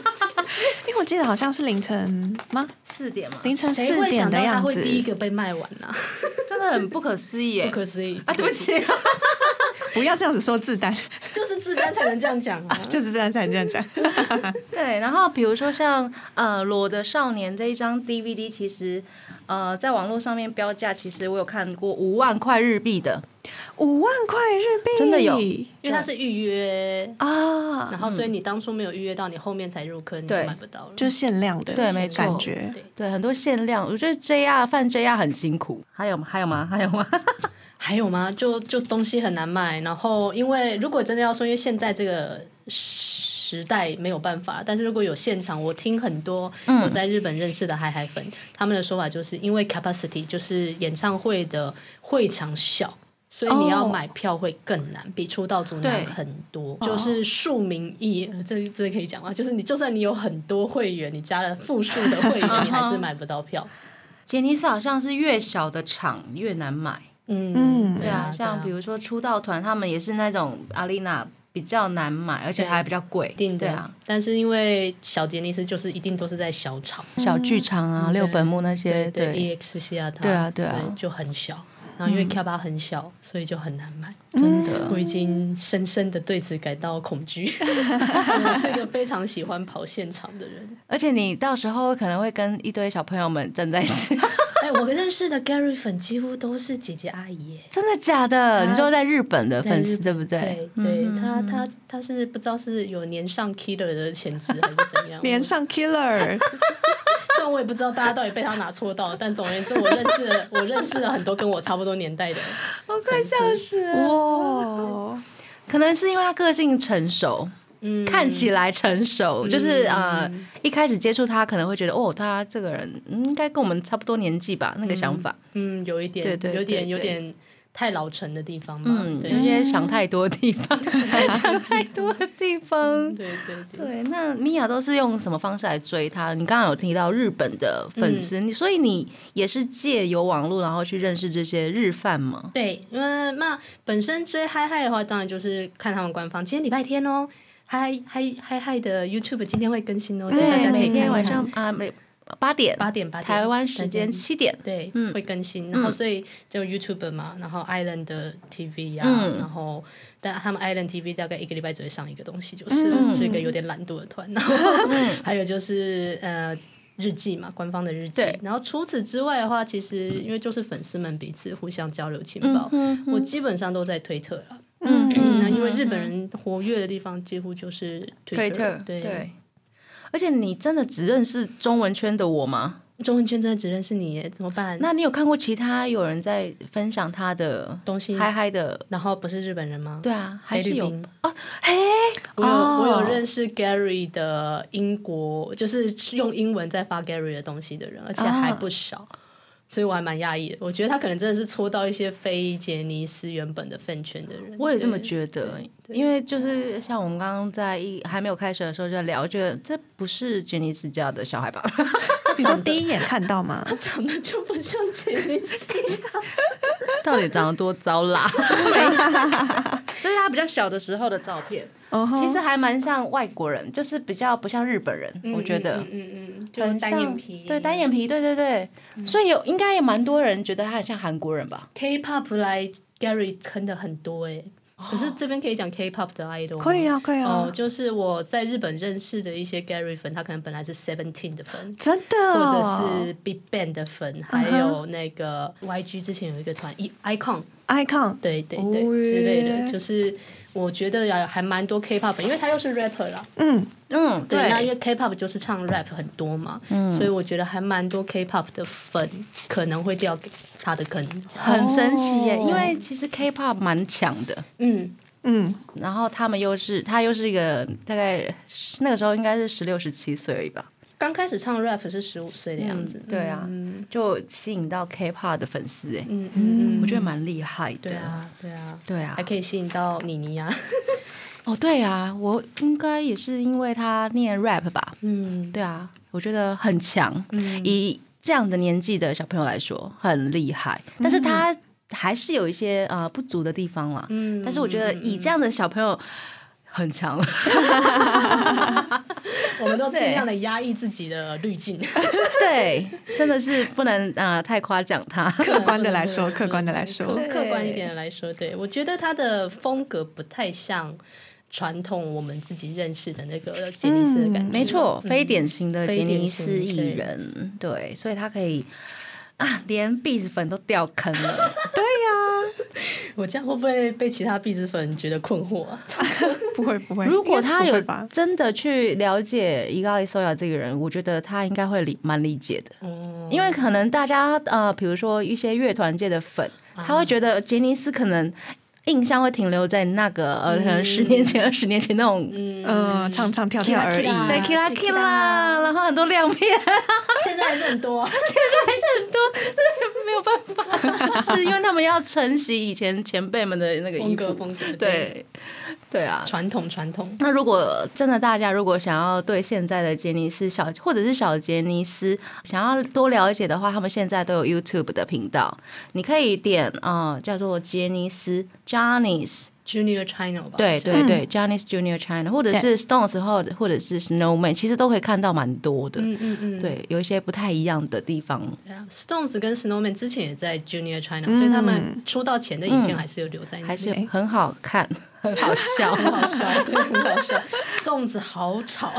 因为我记得好像是凌晨吗？
四点嘛，
凌晨
谁
四
会
点
想
的
到他
样
会
子。
第一个被卖完呢、
真的很不可思议
不
哎！
[laughs] 可思议
啊，对不，起，
不要这样子说自单，
就是自单才能这样 [laughs] 讲啊。
就是这样才这样讲。
对，然后比如说像呃《裸的少年》这一张 DVD，其实呃在网络上面标价，其实我有看过五万块日币的，
五万块日币，
真的有
因为它是预约，
啊，
然后所以你当初没有预约到，你后面才入坑，你就
对
买不到了。
就是限量的，
对没错
感觉
对
对，很多限量。我觉得 JR 贩 JR 很辛苦。还有还有吗？还有吗？
还有吗？就就东西很难卖，然后因为如果真的要说，因为现在这个时代没有办法，但是如果有现场，我听很多我在日本认识的嗨嗨粉，他们的说法就是因为 capacity 就是演唱会的会场小。所以你要买票会更难比出道组难
对
很多。就是数名义，呃这这可以讲吗？就是你就算你有很多会员，你加了复数的会员，你还是买不到票。
[laughs] 杰尼斯好像是越小的场越难买，
嗯
嗯，，
对
对啊，像比如说出道团，他们也是那种阿丽娜比较难买，而且还比较贵，
定的
对啊，，
但是因为小杰尼斯就是一定都是在小场，
小剧场啊，六本木那些，
嗯对
对，
，E，EX 西雅图，
对啊对啊嗯
就很小。然后因为 K 八很小，所以就很难买。
真的。
我已经深深的对此感到恐
[laughs]
惧。我是一个非常喜欢跑现场的人。
而且你到时候可能会跟一堆小朋友们站在一
[laughs]
起，
哎，我认识的 Gary 粉几乎都是姐姐阿姨耶。
真的假的？
啊
你说在日本的
在
粉
日
丝对嗯不
对
对？
对，他他他是不知道是有年上 Killer 的潜质还是怎
[laughs]
样
连上 killer，
虽然我也不知道大家到底被他哪戳到，但总而言之，我认识了我认识了很多跟我差不多年代的。
我快笑死了。
哇，
可能是因为他个性成熟，
嗯
看起来成熟，就是呃，一开始接触他可能会觉得，哦，他这个人嗯应该跟我们差不多年纪吧，那个想法，
嗯，有一点，
对对
有点
对
有点太老成的地方嘛。
嗯，
对
有些想太多的地
[laughs]
方， [laughs] 想太多的地方。
对对对。
对，那米娅都是用什么方式来追他？你刚刚有提到日本的粉丝，你所以你也是借由网络然后去认识这些日饭吗？
对，因为那本身追嗨嗨的话，当然就是看他们官方。今天礼拜天哦，嗨嗨嗨嗨的 YouTube 今天会更新哦，请大家可
嗯每
以看一
天
看
晚上啊，每八点，
八点八点
台湾时间七点，
对，
嗯
会更新。然后所以就 YouTube 嘛，然后 Island 的 TV 呀、
嗯
然后但他们 Island TV 大概一个礼拜只会上一个东西，就是、
嗯
是一个有点懒惰的
[laughs]
团。然后 [laughs] 还有就是呃。日记嘛，官方的日记
对。
然后除此之外的话，其实因为就是粉丝们彼此互相交流
嗯
情报，我基本上都在推特了。
嗯，
那因为日本人活跃的地方几乎就是推特，
对对。而且你真的只认识中文圈的我吗？
中文圈真的只认识你耶，怎么办？
那你有看过其他有人在分享他的
东西
嗨嗨的？
然后不是日本人吗？
对啊，还
菲
是
律
有
宾
哦，嘿，
我有、
哦
我有认识 Gary 的英国，就是用英文在发 Gary 的东西的人，而且
啊
还不少，所以我还蛮讶异的。我觉得他可能真的是戳到一些非杰尼斯原本的饭圈的人。
我也这么
得。
觉得，因为就是像我们刚刚在一还没有开始的时候就在聊，觉得这不是杰尼斯家的小孩吧？ [laughs]
你说第一眼看到吗？
长得就不像杰尼
[laughs]
斯，
到底长得多糟 [laughs] 啦？这是他比较小的时候的照片，
哦吼，
其实还蛮像外国人，就是比较不像日本人，我觉得。
嗯嗯嗯嗯，就
很
单
像
眼皮，
对单眼皮，嗯对对对，所以有应该也蛮多人觉得他很像韩国人吧？
K-pop 来 Gary 坑的很多哎、
哦
可是这边可以讲 K-pop 的 idol 吗
可以啊，可以啊
哦，，就是我在日本认识的一些 Gary 粉，他可能本来是 Seventeen 的粉，
真的
或者
哦，嗯
是 Big Bang 的粉，还有那个 YG 之前有一个团 E- Icon，
icon，
对对
哦
对、之类的，
耶
就是我觉得呀还蛮多 K-pop 粉，因为他又是 rapper 啦，
嗯，
嗯，
对，那因为 K-pop 就是唱 rap 很多嘛，
嗯
所以我觉得还蛮多 K-pop 的粉可能会掉给他的坑，
很神奇耶，因为其实 K-pop 蛮强的，
嗯，
嗯，
然后他们又是他又是一个大概是那个时候应该是十六十七岁而已吧，
刚开始唱 rap 是十五岁的样子，
对啊，就吸引到 K-pop 的粉丝哎，
嗯嗯嗯，
我觉得蛮厉害的，
对，啊对啊，
对啊
还，可以吸引到妮妮呀，
哦对啊，我应该也是因为他念 rap 吧，
嗯，
对啊，我觉得很强，以这样的年纪的小朋友来说很厉害，但是他还是有一些呃不足的地方啦。
嗯
但是我觉得以这样的小朋友很强，
[laughs] 我们都尽量的压抑自己的滤镜，
[laughs] 对，真的是不能呃太夸奖他。
客观的来说，客观的来说，
客客观一点的来说，对我觉得他的风格不太像传统我们自己认识的那个呃杰尼斯的感觉，
嗯没错，非典型的
非
杰尼
典
斯
型
艺
对
人，对，所以他可以啊，连 b e 粉都掉坑了。
我这样会不会被其他壁纸粉觉得困惑 [laughs] 啊？
不会不会。
如果他
应该
有
是不会吧
真的去了解伊咖喱索亚这个人，我觉得他应该会理蛮理解的，因为可能大家呃，比如说一些乐团界的粉，他会觉得杰尼斯可能。印象会停留在那个呃，可能十年前、二十年前那种
嗯，唱唱跳跳而已，
Kira，Kira
对 kila
Kira，
kila，然后很多亮片， [laughs]
现在还是很多啊，
没有办法，是因为他们要承袭以前前辈们的那个衣
风格
服，
风格，
对对啊，
传统传统，
那如果真的大家如果想要对现在的杰尼斯小或者是小杰尼斯想要多了解的话，他们现在都有 YouTube 的频道，你可以点呃叫做杰尼斯 Johnny's，
Junior China 吧，
对
是嗯
对对、j o h n n y s Junior China，或者是 Stones 或或者是 Snowman，其实都可以看到蛮多的，
嗯嗯嗯，
对，有一些不太一样的地方。
对啊，Stones 跟 Snowman 之前也在 Junior China，、所以他们出道前的影片还是有留在那里，
嗯还是很好看， [laughs] 很好笑，
很好笑，对，很好笑。Stones 好
[laughs]
吵，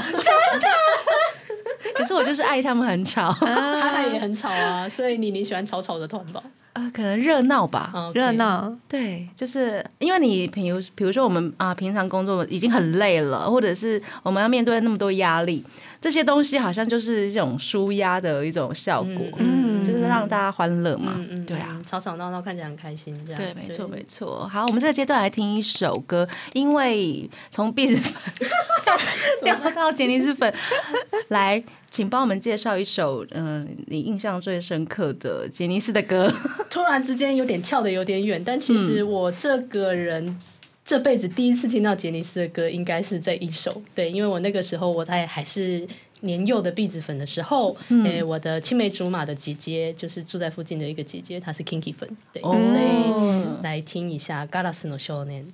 可是我就是爱他们很
[laughs]
吵，
哈哈也很吵啊，所以你你喜欢吵吵的团吧？
呃，可能热闹吧，
啊，
热。闹，
对，就是因为你比如比如说我们啊、平常工作已经很累了，或者是我们要面对那么多压力，这些东西好像就是这种舒压的一种效果，
嗯
就是让大家欢乐嘛。
嗯嗯，
对啊。
嗯，吵吵闹闹看起来很开心，这
嗯
样
对，没错，没错。好，我们这个阶段来听一首歌，因为从 B 子粉 [laughs] 掉到杰尼斯粉， [laughs] 来，请帮我们介绍一首，嗯、你印象最深刻的杰尼斯的歌。
突然之间有点跳的有点远，但其实我这个人。这辈子第一次听到杰尼斯的歌，应该是这一首。对，因为我那个时候我在还是年幼的壁纸粉的时候，诶、我的青梅竹马的姐姐，就是住在附近的一个姐姐，她是 Kinky 粉，对，
哦
所以来听一下《Galas no s h o n e n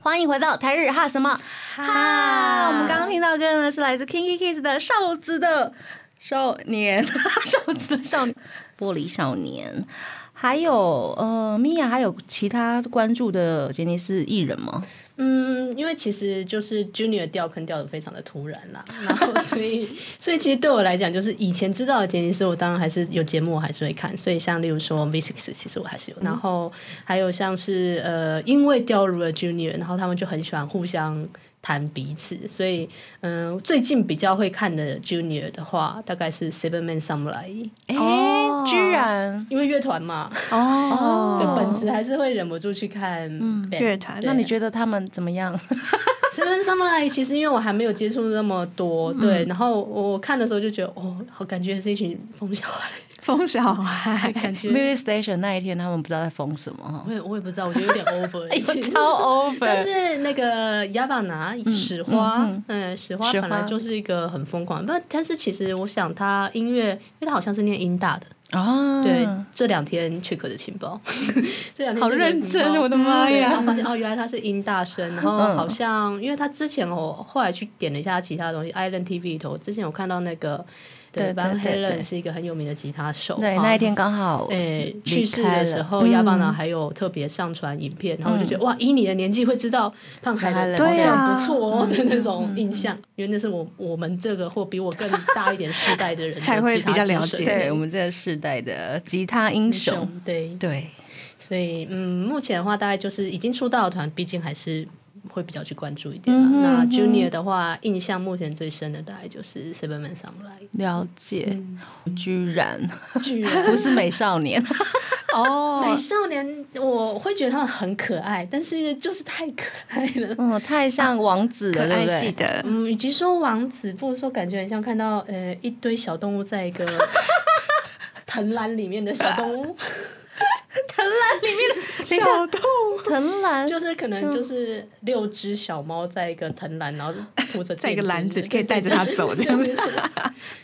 欢迎回到台日哈什么哈？我们刚刚听到的歌呢，是来自 Kinky Kids 的《少子的少年》， [laughs] 少子的少年，玻璃少年。还有呃，米娅还有其他关注的杰尼斯艺人吗？
嗯，因为其实就是 Junior 掉坑掉的非常的突然啦，然后所以所以其实对我来讲，就是以前知道的杰尼斯，我当然还是有节目我还是会看，所以像例如说 V Six，其实我还是有，
嗯
然后还有像是呃，因为掉入了 Junior，然后他们就很喜欢互相。谈彼此，所以嗯、最近比较会看的 Junior 的话，大概是 Seven Man Samurai，
哎、
哦
居然
因为乐团嘛， [laughs]
哦嗯
的本质还是会忍不住去看 band
乐团
对
那你觉得他们怎么样？ [laughs]
Seven Samurai 其实因为我还没有接触那么多，
嗯
对，然后我看的时候就觉得，哦，好感觉是一群疯小孩，
风小孩，
感觉
Music Station 那一天，他们不知道在封什么哈
我，也我也不知道，我觉得
[laughs]
有点 over，欸其实。
哎超
但
over。
是那个亚巴拿史花
嗯，
嗯，史花
史
本来
花
就是一个很疯狂，但但是其实我想他音乐，因为他好像是念音大的，
啊，
对，这两天 check 的情报， [laughs] 这两天 check 的情报
好认真，我的妈
对，然
呀！嗯
后发现哦，原来他是音大生，然后好像因为他之前我后来去点了一下其他东西，Island TV 里头，之前有看到那个
对
对，Van
对对
Halen
对
是一个很有名的吉他手，
对，
啊
那一天刚好
诶
离
去世
开了
的
嗯
时候，亚巴拿还有特别上传影片，然后我就觉得哇，以你的年纪会知道胖海伦
对
好
啊
像不错哦的那
嗯
种印象，因为那是我我们这个或比我更大一点世代的人
[laughs]
的
才会
吉他
比较了
之神
解
对我们这个世代的吉他英雄，
对
对，
所以，嗯，目前的话，大概就是已经出道的团，毕竟还是会比较去关注一点啦。
嗯哼
那
嗯哼
Junior 的话，印象目前最深的大概就是 Seven Man Samurai，
了解，嗯居然 [laughs]
居
不是美少年，
美少年，我会觉得他们很可爱，但是就是太可爱
[laughs]
了。
嗯，太像
啊
王子
可
了，对
爱
不
系
对？
的，
嗯，与其说王子，不如说感觉很像看到呃一堆小动物在一个藤篮里面的小动物。
藤兰里面的
小洞，
藤兰
[laughs] 就是可能就是六只小猫在一个藤篮，然后铺
[laughs]
着
在一个篮子
垫
可以带着它走这样子。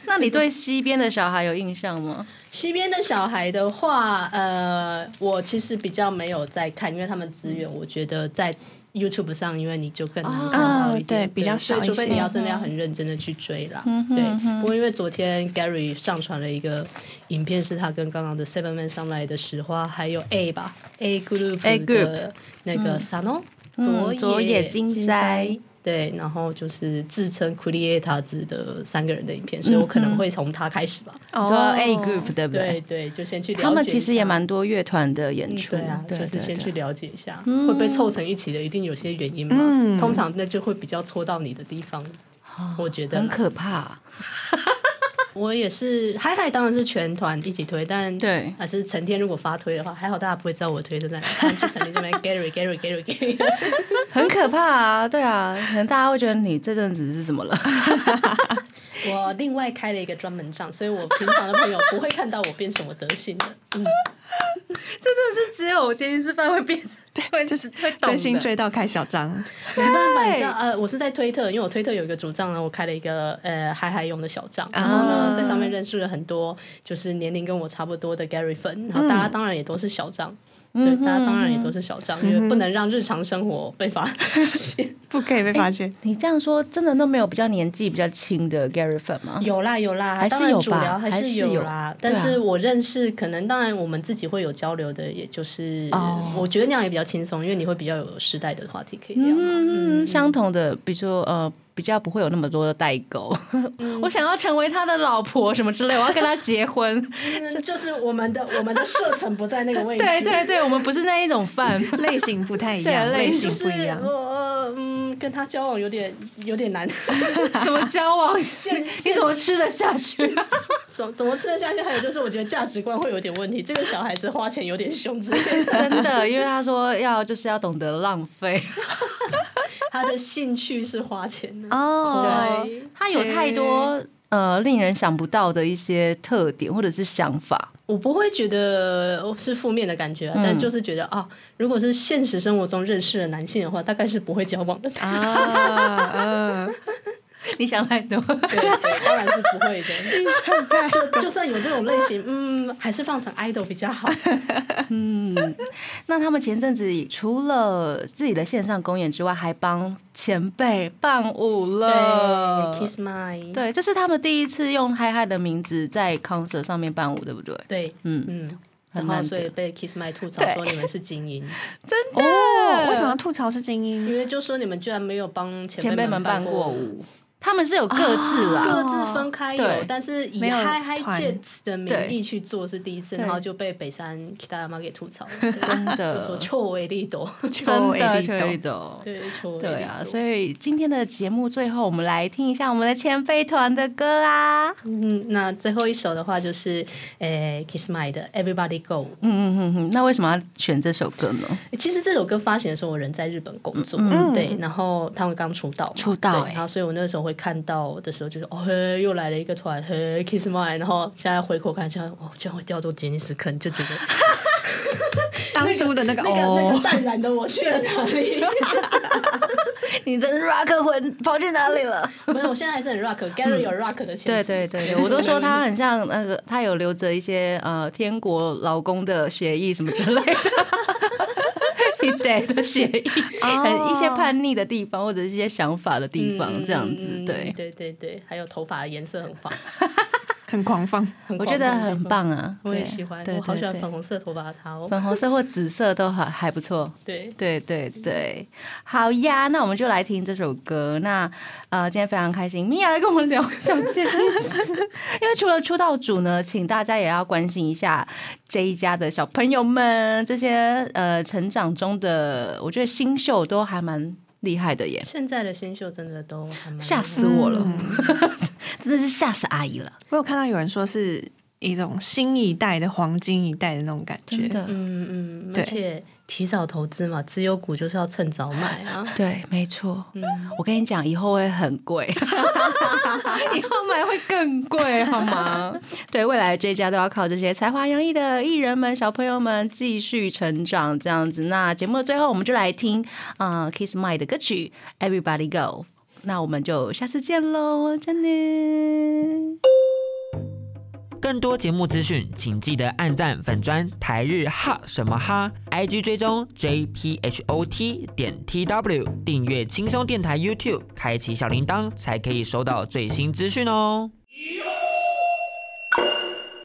那你对西边的小孩有印象吗？
西边的小孩的话，呃，我其实比较没有在看，因为他们资源，我觉得在 YouTube 上，因为你就更难看到一点，
哦对比较少
所以除非
一些
你要真的要很认真的去追啦。对，不过因为昨天 Gary 上传了一个影片，是他跟刚刚的 Seven Man 上来的石花，还有 A 吧 A
A
Group
Group
的那个 Sano、
嗯佐
佐
野
野
金
哉
哉
对，然后就是自称 Creator 子的三个人的影片，所以我可能会从他开始吧。
说
哦
哎 A Group 对不
哦对？对，就先去了解一下。
他们其实也蛮多乐团的演出，
对啊，
对
就是先去
对嗯
了解一下，会被凑成一起的，一定有些原因嘛。
嗯
通常那就会比较戳到你的地方，我觉得
哦很
啦。
可怕。
我也是，嗨嗨，当然是全团一起推，但
对
还是成天如果发推的话，还好大家不会知道我推的
[laughs]
在哪，不然就成天这边 Gary Gary Gary Gary。
很可怕啊，对啊，可能大家会觉得你这阵子是怎么
[laughs]
了？
我另外开了一个专门账，所以我平常的朋友不会看到我变什么德性的。嗯，
这真的是只有杰尼斯范会
[laughs]
变成，对，
就是
会懂的
追星追到开小张，
没办法，你知道，呃，我是在推特，因为我推特有一个主账呢，我开了一个呃嗨嗨用的小
啊
账，然后呢，在上面认识了很多就是年龄跟我差不多的 Gary 粉，
嗯
然后大家当然也都是小账。对，大家当然也都是小
嗯
账，因为不能让日常生活被发现。
[laughs]
不可以被发现。
你这样说，真的都没有比较年纪比较轻的 Gary 粉吗？
有啦有啦，
还是
当然
有
主
吧
聊还
还是
是有
有
啦。
对啊
但是我认识，可能当然我们自己会有交流的，也就是、
哦
我觉得那样也比较轻松，因为你会比较有时代的话题可以聊嘛。 [laughs]
嗯，相同的，比如说呃，比较不会有那么多的代沟。
嗯
[laughs] 我想要成为他的老婆什么之类，我要跟他结
[laughs]
婚。
嗯就是我们的我们的射程不在那个位置。
对对对，我们不是那一种
[laughs]
饭。
类型不太一
对啊
样，类
类
嗯就
型
是
不一样
我。呃嗯，跟他交往有点有点难， [laughs]
怎么交往？
现
你怎么吃得下去、 [laughs] 啊？
怎怎么吃得下去？还有就是，我觉得价值观会有点问题。这个小孩子花钱有点凶之类的。
真的，因为他说要就是要懂得浪
[laughs]
费，
他的兴趣是花钱的，
哦，
对
他有太多呃令人想不到的一些特点或者是想法。 [laughs]
我不会觉得是负面的感觉啊，但就是觉得啊，如果是现实生活中认识的男性的话，大概是不会交往的。
啊，嗯，
你想太多，[laughs]
[laughs] 对，对当然是不会的。
印象派
[laughs] 就就算有这种类型，嗯，还是放成 idol 比较 [laughs] 好。
那他们前阵子除了自己的线上公演之外，还帮前辈伴舞了。
对，kiss my，
对，这是他们第一次用嗨嗨的名字在 concert 上面伴舞，对不对？
对，
嗯
嗯。
很难
然后，
得
所以被 Kiss My 吐槽
对
说你们是
[laughs]
精英，
哦，为什么要吐槽是精
[laughs]
英？
因为就说你们居然没有帮前
前
辈
辈们
伴
伴过，舞，哦他们是有各自啦，
各自分开
对
有，但是以
没有
嗨嗨
团
Jets 的名义去做是第一次，
对
然后就被北山 Kitayama 给吐槽了，
[laughs] 真
对就说
的，
臭为力斗，
真的，
秋
确
叶
的。
[laughs] 对，臭为力斗。
对啊，所以今天的节目最后，我们来听一下我们的前辈团的歌啊。
嗯，那最后一首的话就是诶 Kiss My 的 Everybody Go，
嗯嗯嗯嗯，那为什么要选这首歌呢？
其实这首歌发行的时候，我人在日本工作，对，然后他们刚出道嘛，
嗯出道
对
欸
然后所以我那时候会看到的时候，就是哦嘿，又来了一个团，嘿，Kiss My，然后现在回头看一下，哦，居然会掉入杰尼斯坑，就觉得
当初的那个
那个 [laughs] 那个
哦，
淡然的我去了哪里？ [laughs]
你的 rock 魂跑去哪里了？
没有，我现在还
[laughs]
是很 rock，Gary 有 rock 的
嗯对
潜质，
对对对，我都说他很像那个，他有留着一些呃天国老公的协议什么之类的。你得的协议，
哦
很一些叛逆的地方，或者是一些想法的地方，
嗯
这样
嗯
子，对，
对对对，还有头发的颜色很棒，
很狂放，
很
我觉得
广泛
很，棒啊，
我
对
也喜欢，
对
我好
对
喜欢
对
粉红色头发的他哦，
粉红色或紫色都还还不错，
对。
对对对，好呀，那我们就来听这首歌。那呃，今天非常开心，米娅来跟我们聊小杰尼斯， [laughs] 因为除了出道组呢，请大家也要关心一下这一家的小朋友们，这些呃成长中的，我觉得新秀都还蛮厉害的耶，
现在的新秀真的都还
[laughs]
蛮
吓死我了，
嗯
真的是吓死阿姨了。
我有看到有人说是一种新一代的黄金一代的那种感觉
真。的，
嗯嗯，
对
而且提早投资嘛，资优股就是要趁早买啊。
对，没错。我跟你讲，以后会很 [laughs] 贵，以后买会更贵，好吗？ [laughs] 对，未来这一家都要靠这些才华洋溢的艺人们、小朋友们继续成长，这样子。那节目的最后，我们就来听啊、呃 Kiss My 的歌曲《Everybody Go》。那我们就下次见喽，真的。
更多节目资讯，请记得按赞粉砖台日哈什么哈，IG 追踪 JPHOT 点 TW，订阅轻松电台 YouTube，开启小铃铛才可以收到最新资讯哦。